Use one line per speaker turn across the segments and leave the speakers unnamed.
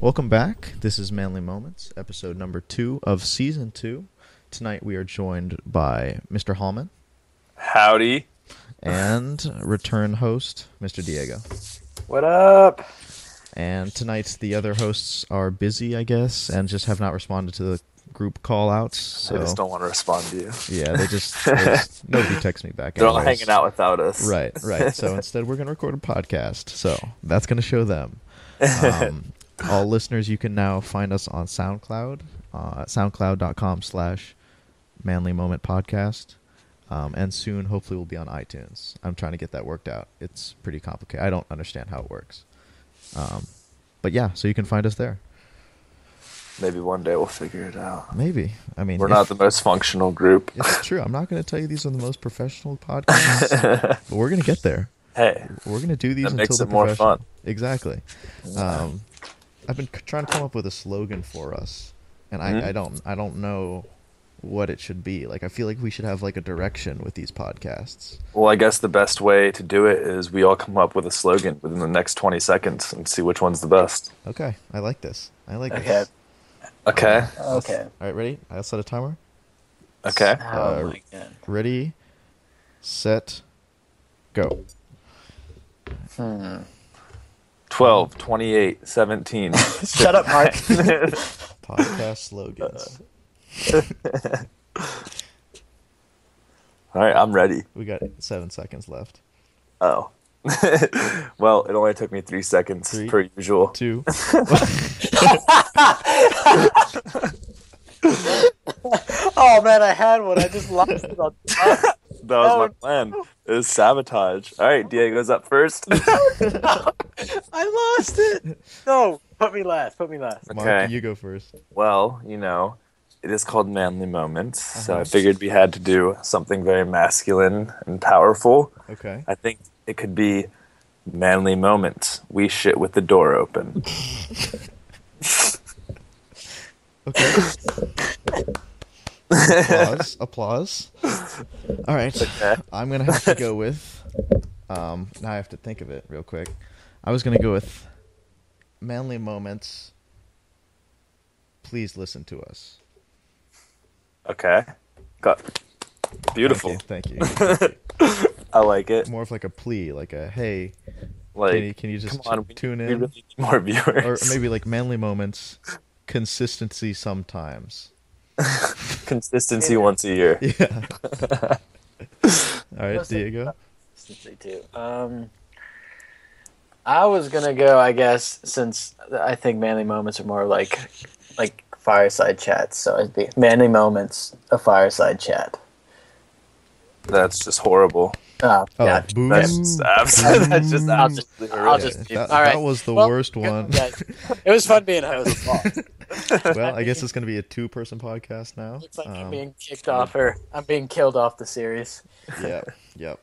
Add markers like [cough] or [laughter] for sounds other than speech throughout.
Welcome back. This is Manly Moments, episode number two of season two. Tonight we are joined by Mr. Hallman
Howdy. [laughs]
and return host, Mr. Diego.
What up?
And tonight's the other hosts are busy, I guess, and just have not responded to the group call outs.
I just
So
don't want to respond to you.
yeah, they
[laughs]
just, they just- nobody texts me back.
They're all
anyways.
hanging out without us. [laughs]
Right, right. So instead, we're going to record a podcast. So that's going to show them.
[laughs]
Um, all listeners, you can now find us on SoundCloud, uh, soundcloud.com slash manly moment podcast. Um, and soon, hopefully, we'll be on iTunes. I'm trying to get that worked out. It's pretty complicated. I don't understand how it works. Um, but yeah, so you can find us there.
Maybe one day we'll figure it out.
Maybe. I mean,
We're
if-
not the most functional group.
It's true. I'm not going to tell you these are the most professional
[laughs]
podcasts, but we're going to get there.
Hey,
We're gonna do these
That
until
makes
they're
it more
professional.
fun.
Exactly. Um, I've been c- trying to come up with a slogan for us, and I,
Mhm.
I don't I don't know what it should be. Like I feel like we should have like a direction with these podcasts.
well, I guess the best way to do it is we all come up with a slogan within the next 20 seconds and see which one's the best.
Okay, I like this. I like
Okay.
this.
Okay.
Okay.
All right, ready? I'll set a timer.
Okay.
Oh
Uh,
my god.
Ready, set, go.
12,
[laughs]
28, 17.
Shut up, Mark. [laughs]
Uh.
Podcast slogans.
[laughs] All right, I'm ready.
We got seven seconds left.
Oh. [laughs] well, it only took me three seconds
Three.
per usual. [laughs]
Two.
oh man, I had one. I just lost
[laughs]
it. On-
That was
Oh,
my plan. It was sabotage. All right, Diego's up
[laughs]
first.
I lost it. No, put me last. Put me last.
Mark,
Okay.
you go first.
Well, you know, it is called Manly Moments, so
Uh-huh.
I figured we had to do something very masculine and powerful.
Okay.
I think it could be Manly Moments. We shit with the door open.
Okay.
[laughs]
applause. Applause. All right.
Okay.
I'm gonna have to go with. Um, now I have to think of it real quick. I was gonna go with manly moments. Please listen to us.
Okay. Got
Thank
beautiful.
you, Thank you. Thank you.
I like it.
More of like a plea, like a hey,
Like,
can you, can you just
come on, we,
tune
we
in,
really need more [laughs] viewers.
or maybe like manly moments, consistency sometimes. [laughs]
consistency once a year. [laughs]
Yeah. All right,
Listen.
Diego.
Since they do. Um, I was gonna go. I guess since I think manly moments are more like like fireside chats. So it'd be manly moments, a fireside chat.
That's just horrible.
Oh,
Oh,
yeah.
boo.
That's uh, just, abs- [laughs] that's just
Mm.
I'll just,
absolutely
I'll
horrific.
just
Yeah, that-
all
that
right.
was the
Well,
worst
good
one.
guys. It was fun being
[laughs]
host.
well, I
[laughs]
guess it's going to be a two-person podcast now.
Looks like I'm
Um,
being kicked off, or I'm being killed off the series.
yep, yep.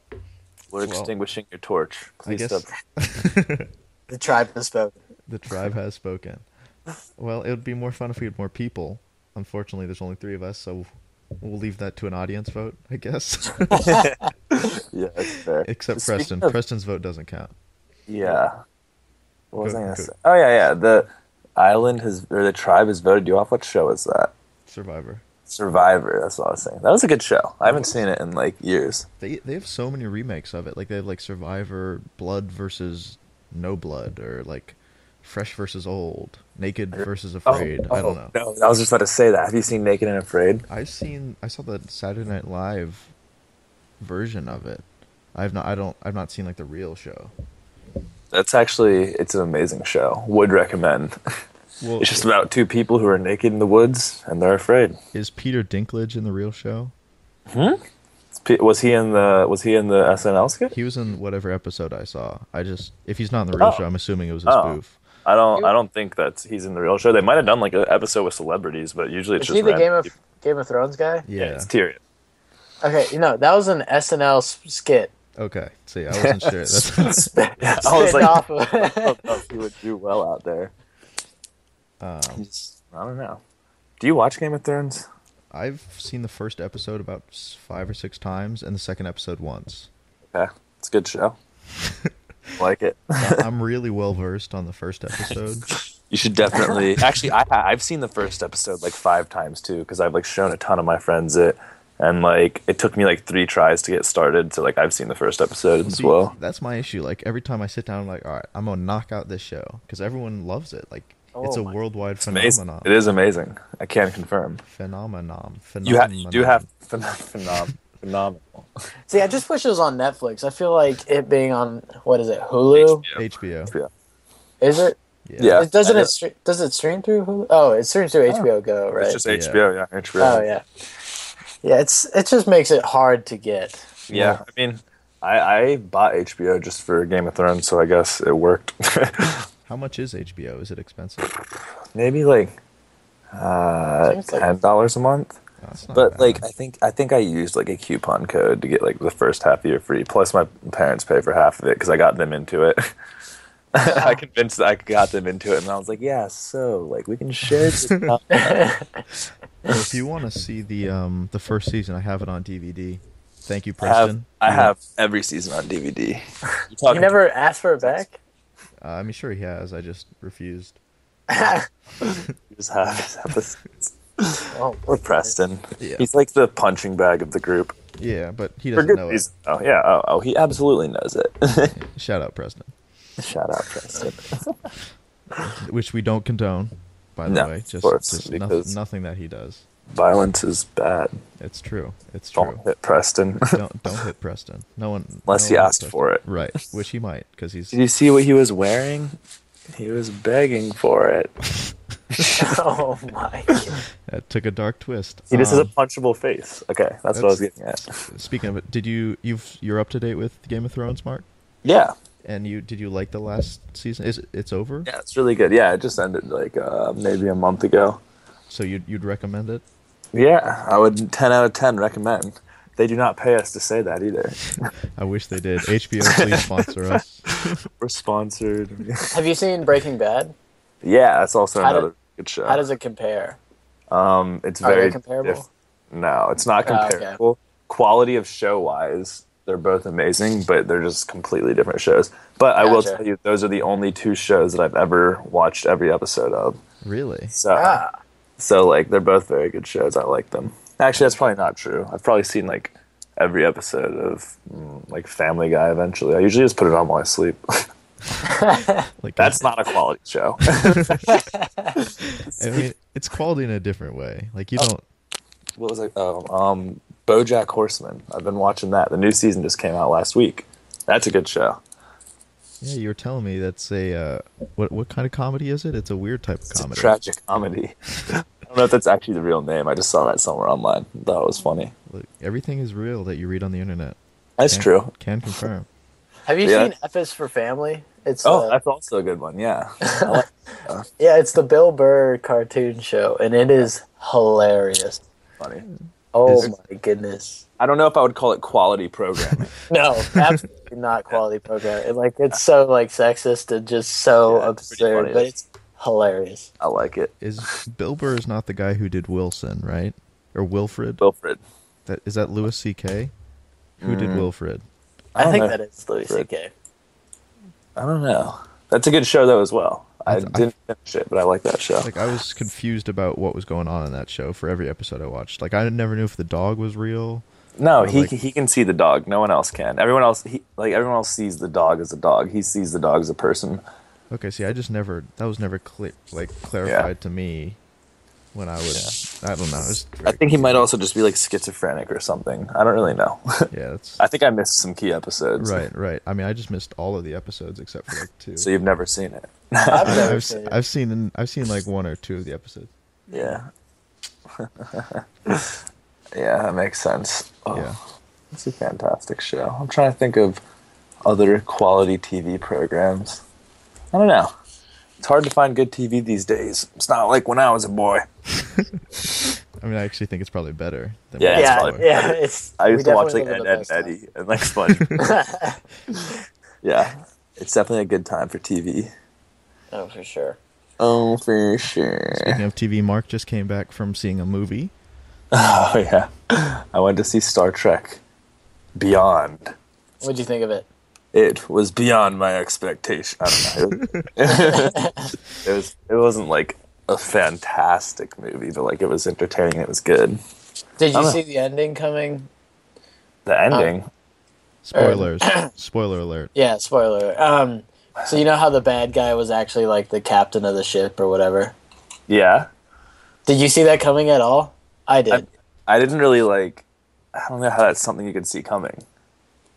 We're
Well,
extinguishing your torch.
I
Please
guess
stop.
The tribe has spoken.
[laughs] the tribe has
[laughs]
spoken. Well, it would be more fun if we had more people. Unfortunately, there's only three of us, so we'll leave that to an audience vote, I
[laughs]
guess. [laughs]
Yeah, that's fair.
Except
Speaking
Preston.
of-
Preston's vote doesn't count.
Yeah. What was
Go-
I gonna
go-
say? Oh yeah, yeah. The island has or the tribe has voted you off. What show is that?
Survivor.
Survivor. That's what I was saying. That was a good show. I haven't seen it in like years.
They they have so many remakes of it. Like they have like Survivor Blood versus No Blood, or like Fresh versus Old, Naked
Oh,
versus
Oh,
Afraid. I don't know.
No, I was just about to say that. Have you seen Naked and Afraid?
I've seen. I saw the Saturday Night Live version of it. I've not. I don't. I've not seen like the real show.
That's actually it's an amazing show.
[laughs]
Would recommend.
Well,
It's just about two people who are naked in the woods and they're afraid.
is Peter Dinklage in the real show?
It's P- Was he in the Was he in the SNL skit?
He was in whatever episode I saw. I just if he's not in the real
Oh.
show, I'm assuming it was a
Oh.
spoof.
I don't. I don't think that's he's in the real show. They might have done like an episode with celebrities, but usually it's
Is
just
he the
random
Game of
people.
Game of Thrones guy?
Yeah.
it's Tyrion.
Okay, you know that was an SNL s- skit.
okay. See, I
[laughs]
wasn't sure. That's,
Yeah, [laughs] I
Spit
was like,
off of- [laughs]
know if he would do well out there.
um,
Just, I don't know. Do you watch Game of Thrones?
[laughs] I've seen the first episode about s- five or six times, and the second episode once.
Okay, it's a
[laughs]
good show. like it.
I- I'm really well versed on the first episode.
You should definitely. Actually, I ha- I've seen the first episode like five times too because I've like shown a ton of my friends it, and like it took me like three tries to get started. So like I've seen the first episode as
See,
well.
That's my issue. Like every time I sit down, I'm like, all right, I'm gonna knock out this show because everyone loves it. Like it's
Oh
a
my-
worldwide
It's amazing.
phenomenon.
It is amazing. I can confirm.
phenomenon.
You have. You do
Phenomenon.
have phenom- [laughs] phenom- phenomenal.
See, I just wish it was on Netflix. I feel like it being on what is it, Hulu?
HBO.
Yeah.
Is it?
Yeah.
It- doesn't
I
it
know.
stre- does it stream through Hulu? Oh, it streams through HBO Go, right?
It's just HBO. Yeah. HBO.
Oh yeah, yeah. It's it just makes it hard to get. [laughs]
Yeah, I mean, I, I bought HBO just for Game of Thrones, so I guess it worked. [laughs]
How much is HBO? Is it expensive?
Maybe like
I
uh,
think it's like-
ten dollars a month,
That's not
but
bad.
like I think I think I used like a coupon code to get like the first half year free. Plus, my parents pay for half of it because I got them into it. [laughs] I convinced I got them into it, and I was like, "Yeah, so like we can share."
[laughs]
this now."
if you want to see the um the first season, I have it on DVD. Thank you,
I have
Preston.
I
You-
have every season on DVD. You [laughs]
You never asked for it back.
Uh, I mean, sure he has. I just refused.
just have his episodes.
Oh,
Or Preston,
Yeah.
he's like the punching bag of the group.
Yeah, but he
for
doesn't
good
know it.
reason. Oh yeah. Oh, oh, he absolutely knows it. [laughs]
Shout out, Preston.
Shout out, Preston.
[laughs] Which we don't condone, by the
No,
way.
of
Just,
course,
just
because-
nothing, nothing that he does.
Violence is bad.
It's true. It's true.
Don't hit Preston. [laughs]
don't don't hit Preston. No one no
Unless he
one
asked
touched-
for it.
Right, which he might because he's
Did you see what he was wearing? He was begging for it.
[laughs]
[laughs]
oh my! God.
that uh, took a dark twist.
He just has a
Um,
punchable face. Okay, that's, what I was
that's-
getting at.
speaking of it, did you you've you're up to date with Game of Thrones, Mark?
Yeah.
And you did you like the last season? Is it, it's over?
Yeah, it's really good. Yeah, it just ended like uh, maybe a month ago.
So you'd you'd recommend it?
Yeah, I would 10 out of 10 recommend. They do not pay us to say that either.
I wish they did.
[laughs]
HBO, please sponsor us.
We're
[laughs]
sponsored.
Have you seen Breaking Bad?
yeah, that's also
How do-
another good show.
How does it compare?
Um, it's
Are they
very
comparable?
diff- no, it's not
Oh, okay.
comparable. Quality of show wise, they're both amazing, but they're just completely different shows. But I will
Gotcha.
tell you, those are the only two shows that I've ever watched every episode of.
Really?
So,
Ah,
so like they're both very good shows. I like them. Actually, that's probably not true. I've probably seen like every episode of mm, like Family Guy. Eventually, I usually just put it on while I sleep. [laughs]
Like
that's not a quality show.
I mean, it's quality in a different way. Like
Oh.
you don't.
what was I? Oh, um, BoJack Horseman. I've been watching that. The new season just came out last week. That's a good show.
Yeah, you were telling me that's a uh, what what kind of comedy is it? It's a weird type of
It's
comedy.
a tragic comedy. [laughs] I don't know if that's actually the real name. I just saw that somewhere online. Thought it was funny.
Look, everything is real that you read on the internet.
That's
Can-
true.
Can confirm.
have you
Yeah.
seen F is for Family? It's
Oh,
uh,
that's also a good one. Yeah,
yeah, it's the Bill Burr cartoon show, and it is hilarious.
funny.
Oh
Is-
my goodness!
I don't know if I would call it quality
[laughs]
programming.
No,
[laughs]
absolutely not quality program. It, like it's so like sexist and just so
Yeah, it's pretty
absurd,
funny.
but it's hilarious.
I like it.
Is Bill Burr is not the guy who did Wilson, right? Or Wilfred?
Wilfred.
That is that Louis C.K. Who
Mm.
did Wilfred?
I,
don't
think
know.
that is Louis
Right.
C.K.
I don't know. That's a good show though as well. I
That's- I-
didn't finish it, but I like that show.
Like I
[sighs]
was confused about what was going on in that show for every episode I watched. Like I never knew if the dog was real.
No, he
like-
he can see the dog. No one else can. Everyone else he like everyone else sees the dog as a dog. He sees the dog as a person.
Okay, see, I just never that was never cl- like clarified to me when I was I don't know. It was
I
very-
think he might also just be like schizophrenic or something. I don't really know. [laughs]
yeah, that's
I think I missed some key episodes.
right, right. I mean, I just missed all of the episodes except for like two.
So you've never seen it.
I've,
I've never
I've,
seen it.
I've seen I've seen like one or two of the episodes.
Yeah. [laughs] yeah, that makes sense. Oh,
Yeah.
It's a fantastic show. I'm trying to think of other quality TV programs. I don't know. It's hard to find good TV these days. It's not like when I was a boy.
I mean, I actually think it's probably better. Than
Yeah,
what it's
it's
yeah,
called.
probably-
yeah. It's,
I
we
used to watch like
definitely
Ed,
live
Ed,
in
Eddie and like SpongeBob.
the best time. [laughs]
yeah, it's definitely a good time for TV.
oh, for sure.
Oh, for sure.
Speaking of TV, Mark just came back from seeing a movie.
[laughs] Oh yeah, I went to see Star Trek Beyond.
What'd you think of it?
It was beyond my expectation. I don't know. It was, [laughs] it was. It wasn't like a fantastic movie, but like it was entertaining. It was good.
Did you
dunno.
see the ending coming?
The ending.
Spoilers. Spoiler alert.
Yeah, spoiler. Um, so you know how the bad guy was actually like the captain of the ship or whatever.
yeah,
Did you see that coming at all? I did.
I- I didn't really like. I don't know how that's something you could see coming.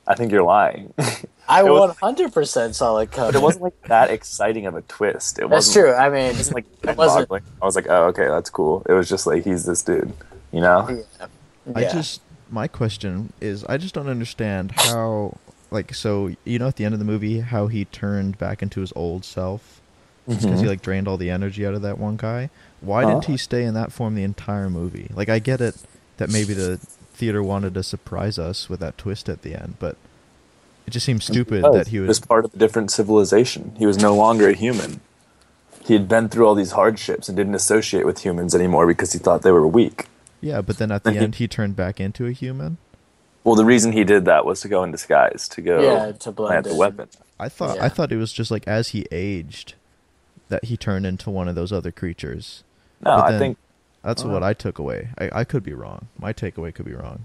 I think you're lying. [laughs]
I
It was-
100% saw it coming.
but it wasn't like that exciting of a twist. It
[laughs] That's
wasn't,
true. I mean,
It wasn't like
It wasn't.
mind-boggling. I was like, oh okay, that's cool. It was just like he's this dude, you know?
I
[laughs] yeah.
just my question is I just don't understand how like so you know at the end of the movie how he turned back into his old self because he like drained all the energy out of that one guy. Why didn't
Huh?
he stay in that form the entire movie? Like I get it that maybe the theater wanted to surprise us with that twist at the end, but it just seems stupid that he was
was Oh, part of a different civilization. He was no longer a human. He had been through all these hardships and didn't associate with humans anymore because he thought they were weak.
Yeah, but then at the end he turned back into a human.
Well, the reason he did that was to go in disguise, to go
Yeah, to blend
plant the
in.
weapon.
I thought I
Yeah.
thought it was just like as he aged that he turned into one of those other creatures.
No,
But
I
then-
think
That's what I took away. I, I could be wrong. My takeaway could be wrong.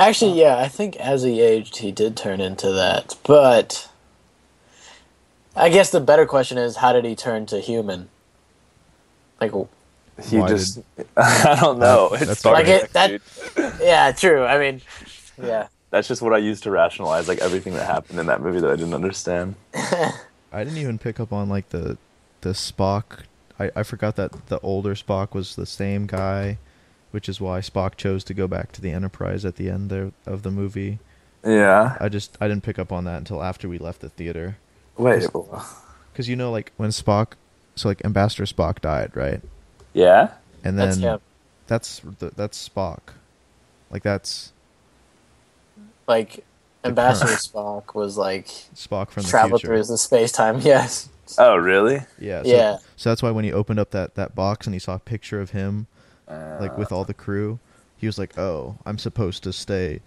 Actually, yeah, I think as he aged, he did turn into that. But I guess the better question is, how did he turn to human? Like, w-
he
Why
just. [laughs] I don't know. It's
that's
Star
like
it-
Trek,
that-
dude.
yeah, true. I mean, yeah,
That's just what I used to rationalize like everything that happened in that movie that I didn't understand.
I didn't even pick up on like the the Spock. I, I forgot that the older Spock was the same guy, which is why Spock chose to go back to the Enterprise at the end there of the movie.
Yeah.
I just I didn't pick up on that until after we left the theater.
Wait.
Cuz you know like when Spock so like Ambassador Spock died, right?
Yeah.
And
That's
then
him.
that's the, that's Spock. Like that's
like Ambassador Spock was like
Spock from the
traveled
future.
through the space time. [laughs] Yes,
Oh, really?
Yeah. So,
Yeah.
So that's why when he opened up that, that box and he saw a picture of him, like with all the crew, he was like, "Oh, I'm supposed to stay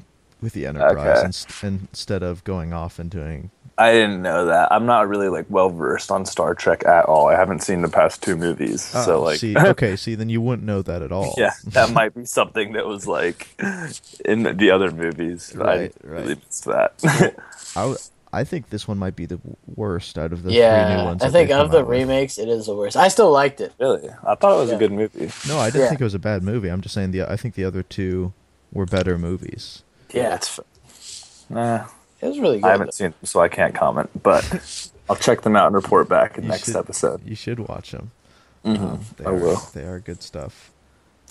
with the Enterprise
Okay.
inst- instead of going off and doing."
I didn't know that. I'm not really like well versed on Star Trek at all. I haven't seen the past two movies, so
Oh,
like, [laughs]
[laughs]
see, okay, see, then you wouldn't know that at all. [laughs]
yeah, that might be something that was like in the other movies. but
Right,
I
right.
really missed that.
I, w- I think this one might be the w- worst out of the three new
yeah.
ones.
I
that
think
they've
of
come
the
out with.
remakes, it is the worst. I still liked it.
[laughs] really, I thought it was
Yeah.
a good movie.
No, I didn't
Yeah.
think it was a bad movie. I'm just saying the I think the other two were better movies.
Yeah,
it's. Nah,
It was really good.
I haven't seen them, so I can't comment.
[laughs]
But I'll check them out and report back in
You
next
should-
episode.
You should watch them. Um, they
Mm-hmm. I
are,
will.
They are good stuff.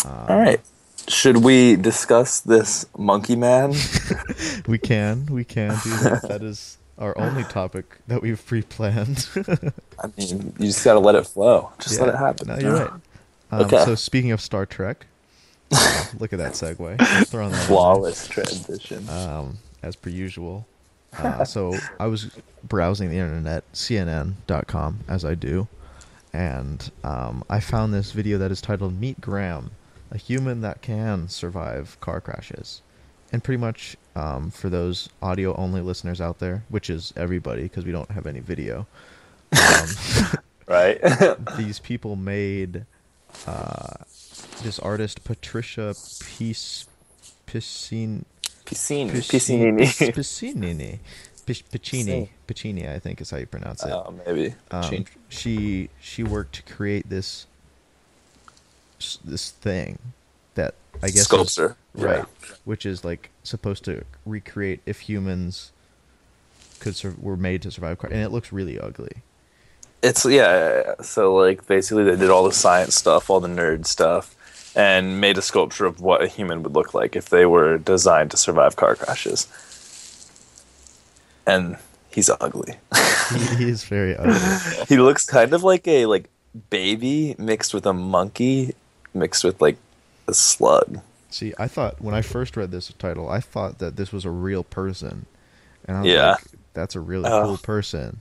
all right, should we discuss this Monkey
[laughs]
Man?
We can, we can do that.
[laughs]
that is our only topic that we've pre-planned. [laughs]
I mean, you just gotta let it flow. Just let
Yeah.
it happen.
No, you're right. Um,
Okay.
So speaking of Star
[laughs]
Trek, look at that segue. Throwing that in
Flawless transition.
there, um, as per usual. Uh, so I was browsing the internet, CNN.com, as I do, and um, I found this video that is titled "Meet Graham, a human that can survive car crashes." And pretty much um, for those audio-only listeners out there, which is everybody, because we don't have any video. um,
right?
[laughs]
[laughs]
these people made uh, this artist Patricia Pic- Picin-
Piscine.
Picin-
[laughs]
Piscine.
Piccinini. Pic- Piccini. Piccini, I think is how you pronounce it.
Oh, maybe.
Um,
Change.
she she worked to create this s- this thing that I guess is-
Sculpture.
right? Which is like supposed to recreate if humans could sur- were made to survive, car- and it looks really ugly.
It's yeah, yeah, yeah. So like basically they did all the science stuff, all the nerd stuff, and made a sculpture of what a human would look like if they were designed to survive car crashes. And he's ugly.
He, he is very ugly.
[laughs] he looks kind of like a like baby mixed with a monkey mixed with like a slug.
See, I thought when I first read this title, I thought that this was a real person, and I was
Yeah.
like, "That's a really
Oh.
cool
[laughs]
person."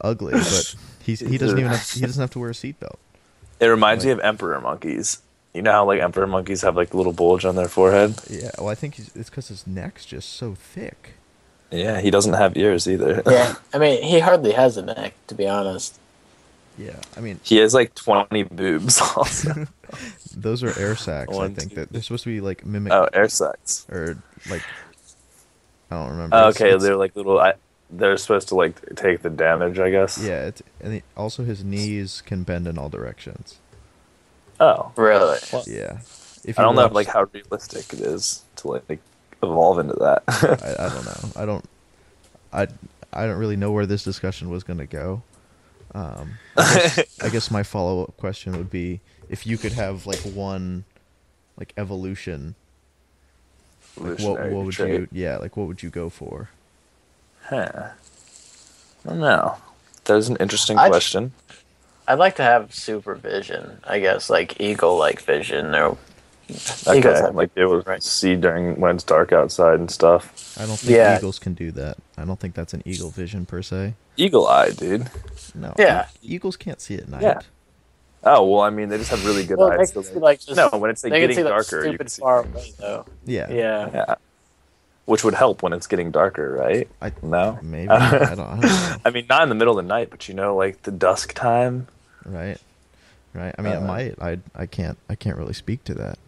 Ugly,
[laughs]
but he's he doesn't even have, he doesn't have to wear a seatbelt.
It reminds
Like-
me of emperor monkeys. You know how like emperor monkeys have like the little bulge on their forehead?
Yeah, well, I think he's, it's because his neck's just so thick.
Yeah, he doesn't have ears either.
Yeah, I mean, he hardly has a neck, to be honest.
Yeah, I mean,
he has like 20 boobs [laughs]
[laughs]
also.
those are air sacs. I
One,
think
two,
that they're supposed to be like mimic
oh, air sacs.
or like I don't remember.
Oh,
It's-
okay,
it's-
they're like little. I, they're supposed to like take the damage, I guess.
yeah, it's, and it, also his knees can bend in all directions.
Oh.
Really?
Yeah, if
I
you
don't know
watch-
like how realistic it is to like, like, evolve into that. [laughs]
I, I don't know. I don't. I I don't really know where this discussion was going to go. Um, I guess my follow up question would be if you could have like one, like evolution. Like what
Evolutionary
what would
trait.
you? Yeah, like what would you go for?
Huh. I don't know. That is an interesting
I-
question.
I'd like to have supervision, I guess, like eagle-like vision, or
Okay,
eagles have
like be able to
right.
see during when it's dark outside and stuff.
I don't think
Yeah.
eagles can do that. I don't think that's an eagle vision per se.
Eagle eye, dude.
No.
Yeah.
e- eagles can't see at night.
Yeah. Oh well, I mean they just have really good
Well, they
eyes.
can
so,
see, like, just-
no, when it's like,
they can
getting
see like
darker, you
stupid
can see
far
things.
away though.
Yeah.
Yeah.
Yeah, which would help when it's getting darker, right?
I,
No, Oh,
Maybe. I don't, I don't know.
I mean, not in the middle of the night, but you know, like the dusk time.
Right. Right. I mean, it
Uh,
might. I I can't. I can't really speak to that.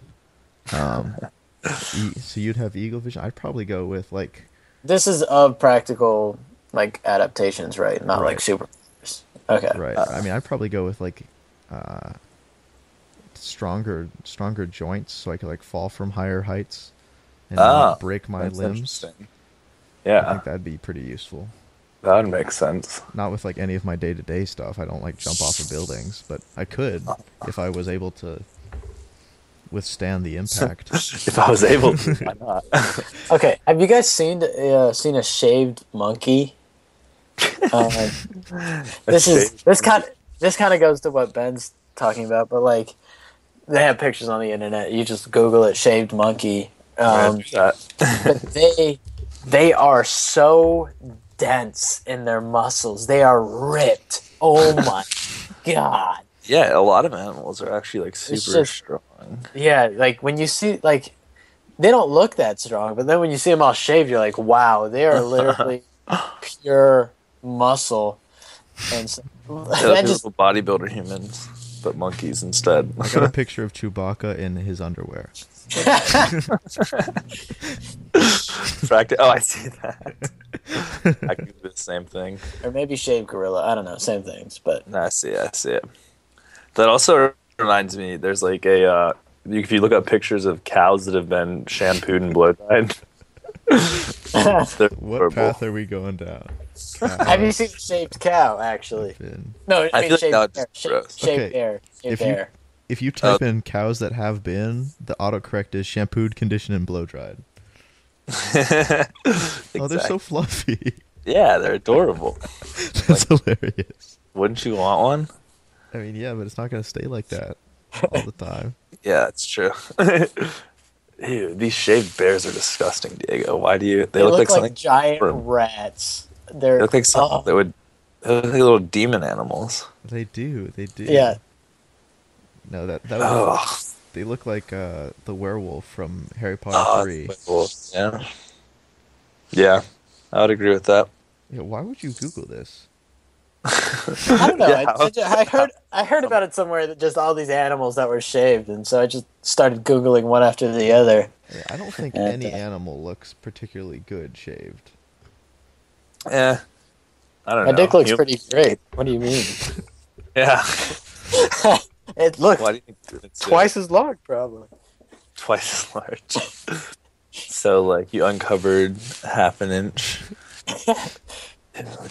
Um. e- so you'd have eagle vision. I'd probably go with like.
This is of practical like adaptations, right? Not
Right.
like super. Okay.
Right. I mean, I'd probably go with like. Uh, stronger, stronger joints, so I could like fall from higher heights, and not
Ah,
break my
That's
limbs.
interesting.
I
Yeah,
think that'd be pretty useful.
that would make sense.
Not with like any of my day-to-day stuff. I don't like jump off of buildings, but I could if I was able to withstand the
[laughs]
impact.
If I was able to, why not? [laughs]
Okay. Have you guys seen uh, seen a shaved monkey? Um, this is
shaved
this kind this kind of goes to what Ben's talking about, but like they have pictures on the internet. You just Google it, shaved monkey. Um, but they they are so dense in their muscles. They are ripped. Oh my god.
[laughs] yeah, a lot of animals are actually like super
just-
strong.
Yeah, like when you see like they don't look that strong, but then when you see them all shaved, you're like, wow, they
[laughs]
are literally pure muscle. And [laughs] so,
Yeah,
that
like
just
little bodybuilder humans, but
[laughs]
monkeys instead.
I
[laughs]
got a picture of Chewbacca in his underwear. [laughs]
Practi- oh, I see that. I can do the same thing.
or maybe shaved gorilla. I don't know, same things,
[laughs]
but
No, I see. it, I see it. That also reminds me. There's like a uh, you- if you look up pictures of cows that have been shampooed and blow dried. [laughs] they're
What
horrible.
path are we going
[laughs]
down?
have you seen a shaved cow? Actually,
Finn.
no, I,
I
mean
feel like
shaved
that would
bear,
just
shaved,
gross.
shaved
Okay,
bear, shaved
if you-
bear.
If you type in cows that have been, the autocorrect is shampooed, conditioned, and blow dried.
[laughs]
Oh, they're so
Exact-
fluffy. [laughs]
yeah, they're adorable.
That's hilarious.
Wouldn't you want one?
I mean, yeah, but it's not going to stay like that all the time.
Yeah,
[laughs]
that's true. Ew, these shaved bears are disgusting, Diego. Why do you? They,
They
look, like, something.
giant
horrible.
rats. They're
They look like something
oh,
that would. They look like little demon animals.
They do. They do.
[laughs] yeah.
No, that that was,
Oh,
they look like uh, the werewolf from Harry Potter
oh,
three.
that's cool. Yeah. Yeah, I would agree with that.
Yeah, why would you Google this?
I don't know.
[laughs] Yeah,
I, I ju- I heard I heard about it somewhere that just all these animals that were shaved, and so I just started googling one after the other.
Yeah, I don't think
Yeah,
any
uh,
that-
animal looks particularly good shaved.
Yeah. I don't
My
know.
dick looks
You-
pretty great. What do you mean? [laughs]
Yeah.
it looks
Why do you think it's uh,
twice as long, probably.
twice as large? so like you uncovered half an inch.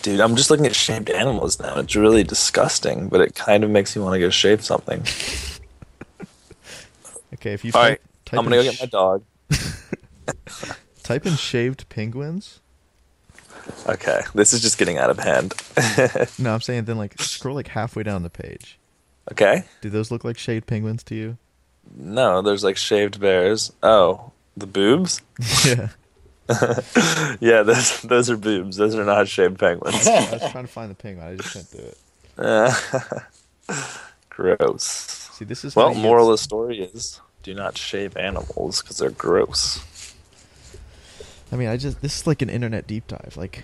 Dude, I'm just looking at shaved animals now. It's really disgusting, but it kind of makes you want to go shave something.
Okay, if you
All
type,
right,
type
I'm gonna go
in
get
sh-
my dog.
Type in shaved penguins.
Okay, this is just getting out of hand. [laughs]
No, I'm saying then like scroll like halfway down the page.
Okay,
Do those look like shaved penguins to you? [laughs]
no, there's like shaved bears. Oh, the boobs?
yeah.
Yeah, those those are boobs. Those are not shaved penguins. [laughs]
I was trying to find the penguin. I just can't do it.
Gross.
See, this is how
Well,
you
moral
get-
of the story is do not shave animals because they're gross. [laughs]
I mean, I just this is like an internet deep dive. Like,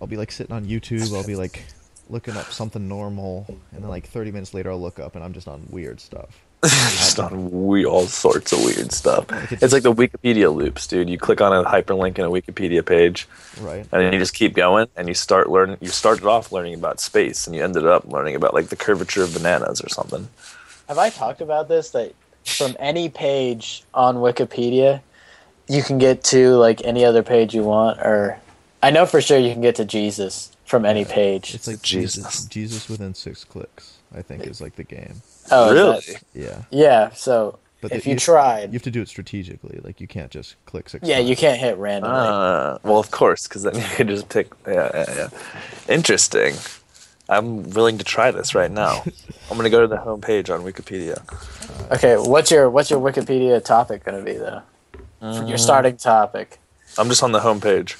I'll be like sitting on YouTube, I'll be like looking up something normal, and then like 30 minutes later, I'll look up and I'm just on weird stuff.
just on we all sorts of weird stuff.
could
It's like the Wikipedia loops, dude. You click on a hyperlink in a Wikipedia page,
Right?
and then you just keep going, and you start learning. You started off learning about space, and you ended up learning about like the curvature of bananas or something.
Have I talked about this? That from any page on Wikipedia, you can get to like any other page you want, or I know for sure you can get to Jesus from any page.
It's like
Jesus.
Jesus, Jesus within six clicks. I think is like the game.
oh, is
really?
that-
Yeah,
yeah. So
But
if
the-
you
you-
tried,
you have to do it strategically. Like, you can't just click six.
yeah, you
times.
can't hit randomly.
Uh, well, of course, because then [laughs] you could just pick. Yeah, yeah, yeah. Interesting. I'm willing to try this right now. I'm gonna go to the homepage on Wikipedia.
okay, what's your what's your Wikipedia topic going to be though? For
Mm.
your starting topic.
I'm just on the homepage.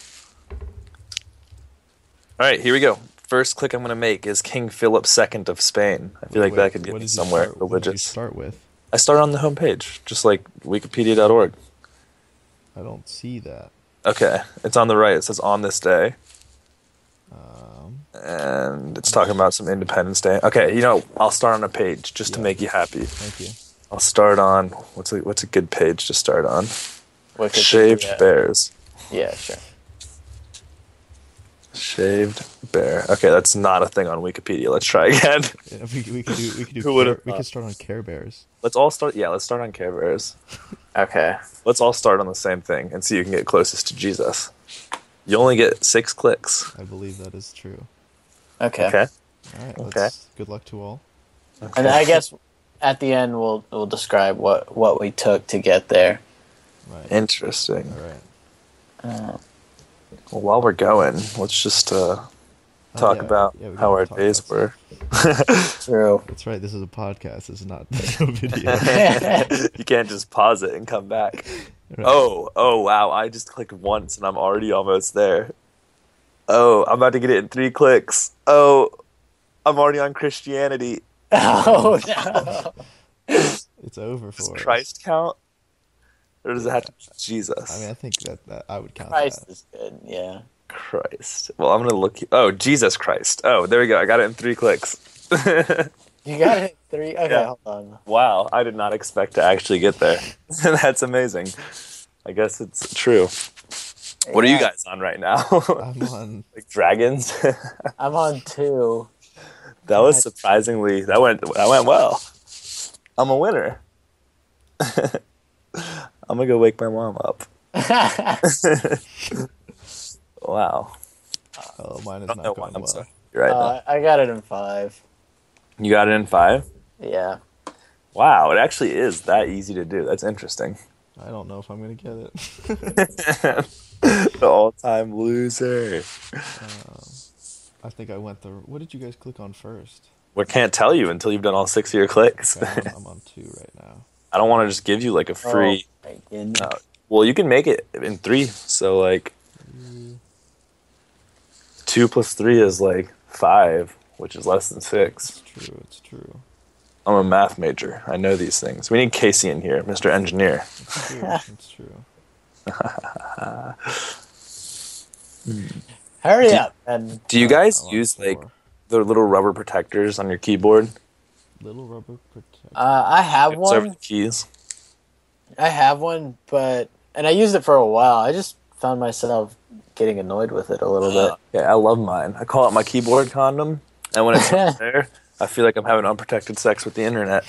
All right, here we go. First click I'm going to make is King Philip II of Spain. I feel like
Wait,
that could get
what
me
did you
somewhere
start- what did you
religious.
start with?
I start on the homepage, just like wikipedia.org.
I don't see that.
Okay, it's on the right. It says on this day,
Um,
and it's talking about some Independence Day. Okay, you know, I'll start on a page just to
Yeah.
make you happy.
thank you.
I'll start on what's a, what's a good page to start on?
Wikipedia.
Shaved bears.
Yeah, sure.
Shaved bear. Okay, that's not a thing on Wikipedia. Let's try [laughs] again.
Yeah, We, we could do. We could do.
[laughs] Who would've
care, we
thought?
could start on Care Bears.
Let's all start. Yeah, let's start on Care Bears.
Okay.
Let's all start on the same thing and see who can get closest to Jesus. You only get six clicks.
I believe that is true.
Okay.
Okay.
All right.
Okay.
Let's, good luck to all.
And I guess at the end we'll we'll describe what what we took to get there.
Right.
Interesting.
all right.
Uh,
Well, while we're going, let's just uh, talk
Oh, yeah,
about
yeah, we can
how our
talk
days
about
were.
True. [laughs]
That's right. This is a podcast. This is not a [laughs]
[laughs]
video.
you can't just pause it and come back.
Right.
Oh, oh, wow. I just clicked once and I'm already almost there. Oh, I'm about to get it in three clicks. Oh, I'm already on Christianity.
Oh [laughs] no.
it's over for
Does
us.
Christ count? Or does it have to be Jesus?
I mean, I think that, that I would count.
Christ
That.
is good. Yeah.
Christ. Well, I'm gonna look. Oh, Jesus Christ. Oh, there we go. I got it in three clicks. [laughs]
You got it. Three. Okay,
Yeah.
hold on.
wow, I did not expect to actually get there. [laughs] That's amazing. I guess it's true. What are you
Yeah. Um,
guys on right now? [laughs]
I'm on.
like dragons? [laughs]
I'm on two. [laughs]
that was surprisingly that went that went well. I'm a winner. [laughs] I'm gonna go wake my mom up. [laughs]
Uh,
Wow.
Oh, mine is
I don't
not
know why
going
I'm
well.
so You're right.
Uh, I got it in five.
now. You got it in five.
Yeah.
Wow, it actually is that easy to do. That's interesting. [laughs]
I don't know if I'm gonna get it. [laughs]
the all-time loser.
I think I went the. What did you guys click on first?
We can't tell you until you've done all six of your clicks.
Okay, I'm, on- I'm on two right now.
[laughs] I don't want to just give you like a free.
Oh, my goodness.
uh, well, you can make it in three. So like, two plus three is like five, which is less than six.
It's true. It's true.
I'm a math major. I know these things. We need Casey in here, Mr. Engineer.
It's
[laughs]
true. it's true.
Hurry up and
Do you guys
I'm on
use like
four.
the little rubber protectors on your keyboard?
little rubber protect?
uh, I have
It's over
one.
the keys.
I have one, but and I used it for a while. I just found myself getting annoyed with it a little bit.
Yeah, I love mine. I call it my keyboard condom, and when [laughs] it's not there, I feel like I'm having unprotected sex with the internet.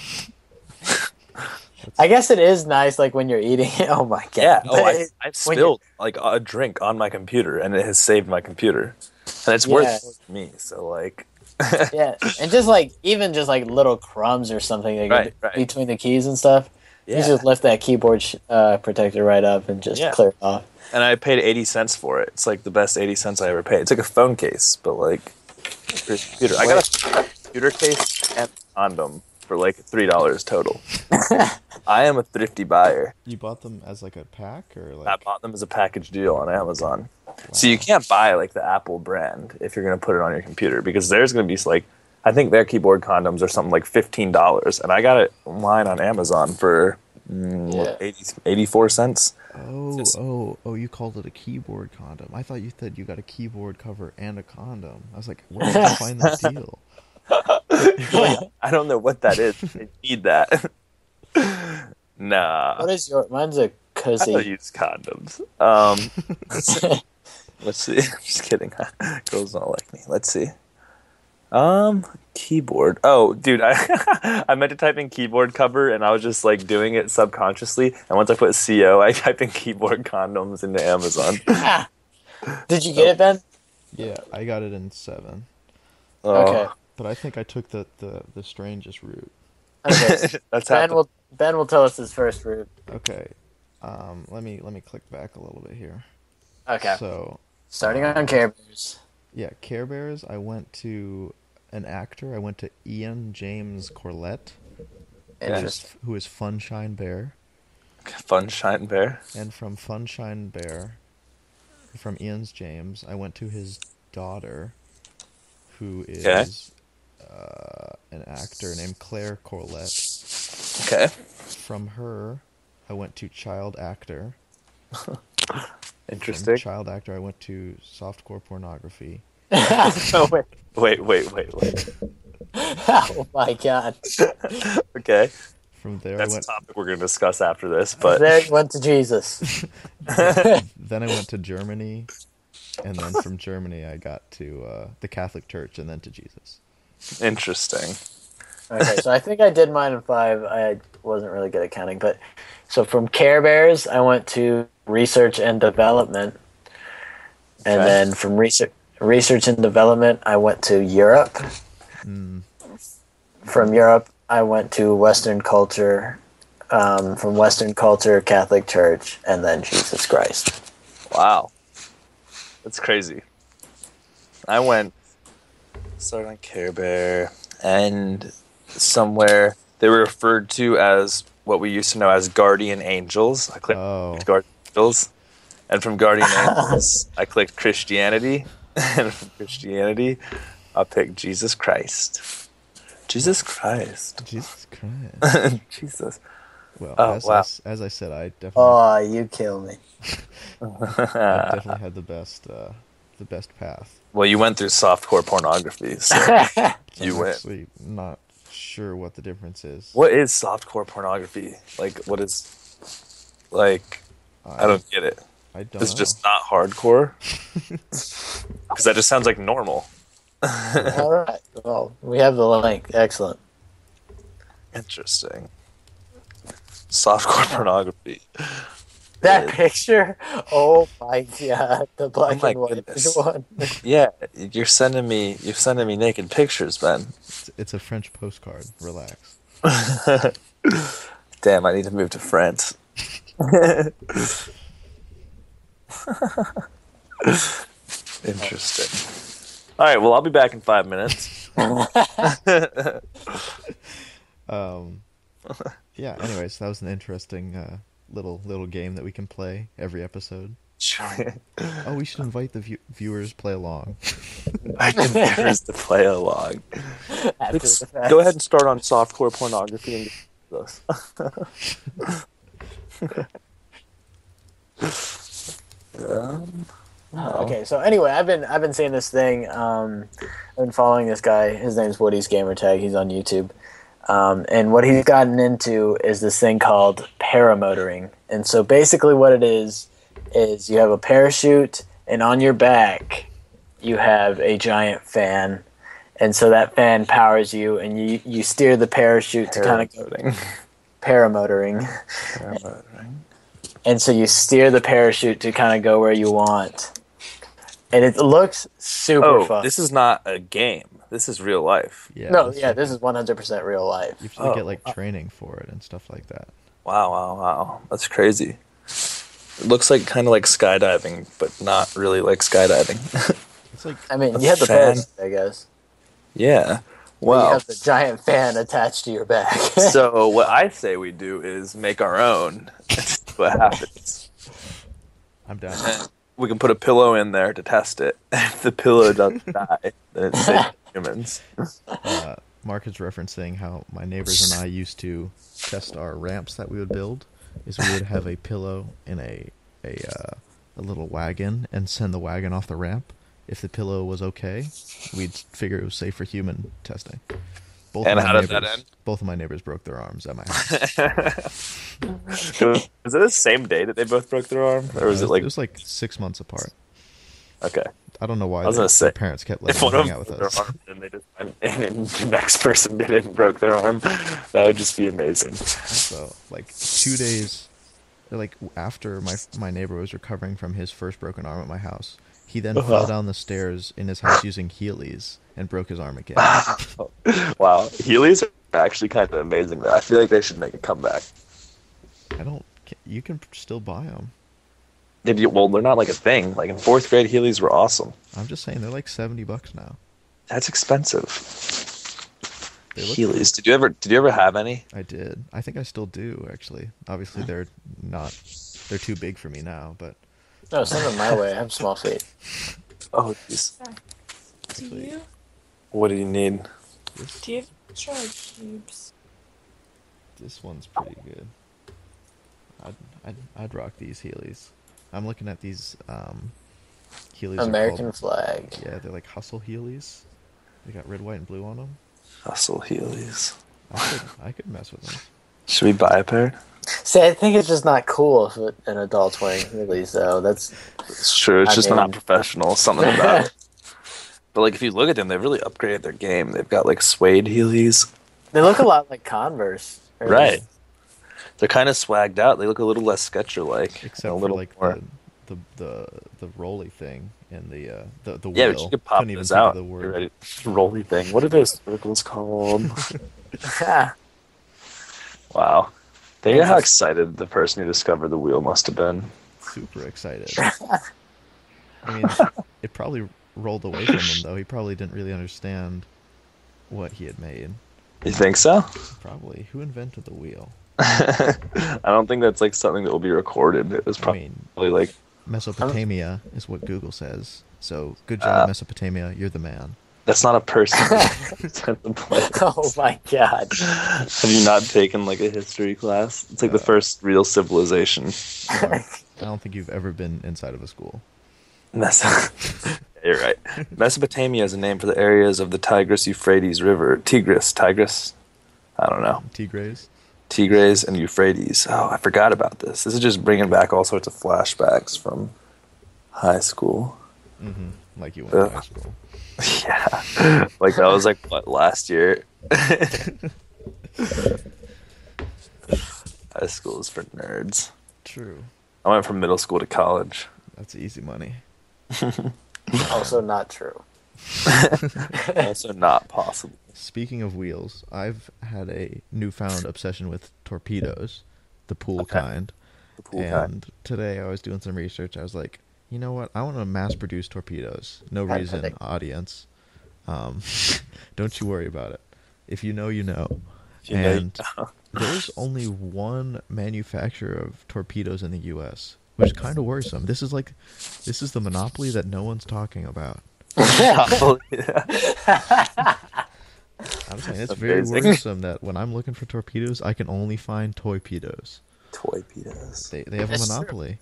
I guess it is nice, like when you're eating. [laughs] Oh my god!
Yeah. Oh, I, I've
when you're-
spilled like a drink on my computer, and it has saved my computer, and it's
Yeah.
worth me. So like,
yeah, and just like even just like little crumbs or something like
Right, right.
between the keys and stuff.
Yeah.
You just lift that keyboard sh- uh, protector right up and just
Yeah.
clear it off.
and I paid eighty cents for it. It's like the best eighty cents I ever paid. It's like a phone case, but like for a computer. I got a computer case and a condom for like three dollars total.
[laughs]
I am a thrifty buyer.
You bought them as like a pack or like?
I bought them as a package deal on Amazon. So you can't buy like the Apple brand if you're going to put it on your computer because there's going to be like I think their keyboard condoms are something like fifteen dollars, and I got it online on Amazon for mm, what,
Yeah.
80, 84 cents.
Oh,
Just-
oh, oh! You called it a keyboard condom. I thought you said you got a keyboard cover and a condom. I was like, where did you find
[laughs]
that deal?
I don't know what that is. I need that. [laughs] nah,
What is your? Mine's a
I don't
[laughs] cozy.
use condoms. Um, let's see. [laughs] I'm just kidding. Girls don't like me. Let's see. Um, keyboard. Oh, dude, I [laughs] I meant to type in keyboard cover, and I was just like doing it subconsciously. And once I put CO, I [laughs] typed in keyboard condoms into Amazon.
Ah. Did you get it, Ben?
Yeah, I got it in seven,
[laughs] Okay.
Oh, [laughs]
but I think I took the the, the strangest route.
[laughs]
Okay.
that's
Ben
happened.
will. Ben will tell us his first route.
Okay, um, let me let me click back a little bit here.
Okay.
So
Starting on Care Bears.
yeah, Care Bears. I went to an actor. I went to Ian James Corlett, who is,
Interesting. [laughs]
who is Funshine Bear.
Fun shine bear.
And from Funshine Bear, from Ian's James, I went to his daughter, who is
Okay.
uh, an actor named Claire Corlett.
Okay.
From her, I went to child actor. From
Interesting.
child actor, I went to softcore pornography.
oh, wait.
Wait, wait, wait, wait.
oh my God.
Okay.
From there, I
That's a
went.
topic we're going to discuss after this, but
there it went to Jesus.
Then I went to Germany, and then from Germany, I got to uh, the Catholic Church, and then to Jesus.
interesting.
Okay, so I think I did mine in five. I wasn't really good at counting, but so from Care Bears, I went to research and development, and
Okay.
then from research research and development, I went to Europe. Hmm. From Europe, I went to Western culture. Um, from Western culture, Catholic Church, and then Jesus Christ.
Wow. That's crazy. I went started on Care Bear and somewhere they were referred to as what we used to know as guardian angels. I clicked
Oh.
guardian angels. And from guardian angels I clicked Christianity. [laughs] And from Christianity I picked Jesus Christ. Jesus Christ. [laughs]
Jesus Christ!
Jesus. [laughs]
Well,
Oh,
as, I
wow.
s- as I said, I definitely
Oh, you kill [laughs] me.
Uh,
I definitely had the best uh, the best path.
Well, you went through softcore pornography. So you
I'm
went.
actually not sure what the difference is.
What is softcore pornography? Like, what is like? I don't get it.
I don't
It's
know.
just not [laughs] hardcore. Because that just sounds like normal.
All right. Well, we have the link. Excellent.
Interesting. [laughs] Softcore pornography.
That picture, oh my god, the black
Oh my
and white
goodness.
[laughs] one.
Yeah, you're sending me. You're sending me naked pictures, Ben.
It's- It's a French postcard. Relax.
Damn, I need to move to France. [laughs] Interesting. All right. Well, I'll be back in five [laughs] minutes.
Um, yeah. Anyways, that was an interesting uh, little little game that we can play every episode.
Sure.
Oh, we should invite the view- viewers play along.
I can never to play along.
After the fact.
Go ahead and start on softcore pornography and those. um,
Okay, so anyway, I've been I've been seeing this thing. Um, I've been following this guy. His name's Woody's Gamertag. He's on YouTube, um, and what he's gotten into is this thing called paramotoring. And so basically, what it is is you have a parachute, and on your back you have a giant fan, and so that fan powers you, and you you steer the parachute to kind of go paramotoring. [laughs] and so you steer the parachute to kind of go where you want. And it looks super
[laughs] Oh,
fun.
this is not a game. This is real life.
Yeah.
no,
it's
yeah,
like-
this is 100% real life.
You have to like,
Oh,
get like training for it and stuff like that.
Wow, wow, wow. That's crazy. It looks like kind of like skydiving, but not really like skydiving. [laughs]
It's like
I mean, you have the
fan.
parachute, I guess.
yeah.
You
Wow.
have the giant fan attached to your back. [laughs]
so what I say we do is make our own. That's what happens.
I'm
[laughs]
down.
we can put a pillow in there to test it. If the pillow doesn't die, then it's safe. humans.
Uh, Mark is referencing how my neighbors and I used to test our ramps that we would build. Is we would have a pillow in a a uh, a little wagon and send the wagon off the ramp. If the pillow was okay, we'd figure it was safe for human testing. Both
And
of my
how did that
neighbors-
end?
Both of my neighbors broke their arms
[laughs]
at my house. [laughs]
was it the same day that they both broke their arm, or was
Uh,
it like
it was like six months apart?
okay?
I don't know why
I was
their,
gonna say,
their parents kept letting
if one
them
of
hang
them
out with
broke
us.
their arm, and they just went, [laughs] and then the next person did it and broke their arm, that would just be amazing. [laughs]
So like two days, like after my my neighbor was recovering from his first broken arm at my house, he then fell
Uh-huh.
down the stairs in his house using Heelys and broke his arm again.
Wow, Heelys are actually kind of amazing. Though. I feel like they should make a comeback.
I don't. You can still buy them.
Did you, well, they're not like a thing. Like in fourth grade, Heelys were awesome.
I'm just saying they're like seventy bucks now.
That's expensive.
They look-
Heelys. Did you ever? Did you ever have any?
I did. I think I still do actually. Obviously they're not. They're too big for me now, but
No, send them my way. I have small
[laughs]
feet.
Oh, jeez.
Do you?
What do you need?
Do you have charge cubes?
this one's pretty good. I'd I'd, I'd rock these Heelys. I'm looking at these um, Heelys. are
American
called-
flag.
Yeah, they're like hustle heelys. They got red, white, and blue on
[laughs]
them.
Hustle Heelys.
I could, I could mess with them.
Should we buy a pair?
See, I think it's just not cool if it- an adult's wearing Heelys, though. That's
It's true. It's
I
just
mean-
not
[laughs]
professional. Something about it. But like, if you look at them, they've really upgraded their game. They've got like suede Heelys.
they look a lot like Converse. Or
Right. They're kind of swagged out. They look a little less Sketcher-like. and
Except
a
for
little
like
more.
the, the the the rolly thing and the uh, the the
Yeah,
wheel.
but you could pop
Couldn't even
those
think of
out.
The
You're
word.
ready. Rolly thing. What are those
[laughs]
circles called? [laughs]
just-
wow. Think of how excited the person who discovered the wheel must have been.
Super
[laughs]
excited. I mean, it probably rolled away from him though. He probably didn't really understand what he had made.
You think so?
Probably who invented the wheel?
I don't think that's like something that will be recorded. It was
I
probably
mean,
like
Mesopotamia is what Google says. So good job,
Uh,
Mesopotamia. You're the
[laughs]
man.
that's not
[laughs]
a person. [laughs] It's at the place.
[laughs] oh my god.
Have you not taken like a history class? It's like the first real civilization.
Mark, I don't think you've ever been inside of a school.
Meso- [laughs] You're right. Mesopotamia is a name for the areas of the Tigris Euphrates River. Tigris, Tigris. I don't know.
Tigres.
Tigres and Euphrates. Oh, I forgot about this. This is just bringing back all sorts of flashbacks from high school.
Like you went to
Ugh.
high school.
Yeah. like that was like what last [laughs] year. high school is for nerds.
True.
I went from middle school to [laughs] college.
That's easy money.
Also
[laughs]
not true.
Also not possible.
Speaking of wheels, I've had a newfound obsession with torpedoes, the pool kind.
The pool
and
kind.
today I was doing some research. I was like, you know what? I want to mass produce torpedoes. No
Right,
reason,
perfect.
audience. Um, [laughs] don't you worry about it. If you know, you know.
you know, you
and
[laughs]
there's only one manufacturer of torpedoes in the U.S., which is kind of worrisome. This is like, this is the monopoly that no one's talking about.
[laughs]
I'm saying it's very
Amazing.
worrisome that when I'm looking for torpedoes, I can only find torpedoes.
Toy pedos.
They they have a
That's true.
monopoly.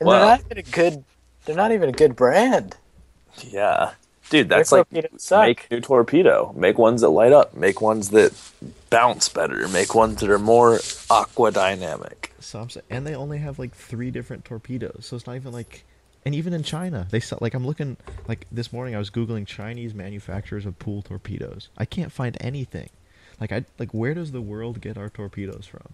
And
Wow.
they're not even a good. They're not even a good brand.
Yeah. Dude, that's
Their
like
torpedoes suck.
make new torpedo. Make ones that light up. Make ones that bounce better. Make ones that are more aqua dynamic.
So I'm saying, and they only have like three different torpedoes. So it's not even like, and even in China, they sell like I'm looking like this morning. I was googling Chinese manufacturers of pool torpedoes. I can't find anything. Like I like where does the world get our torpedoes from?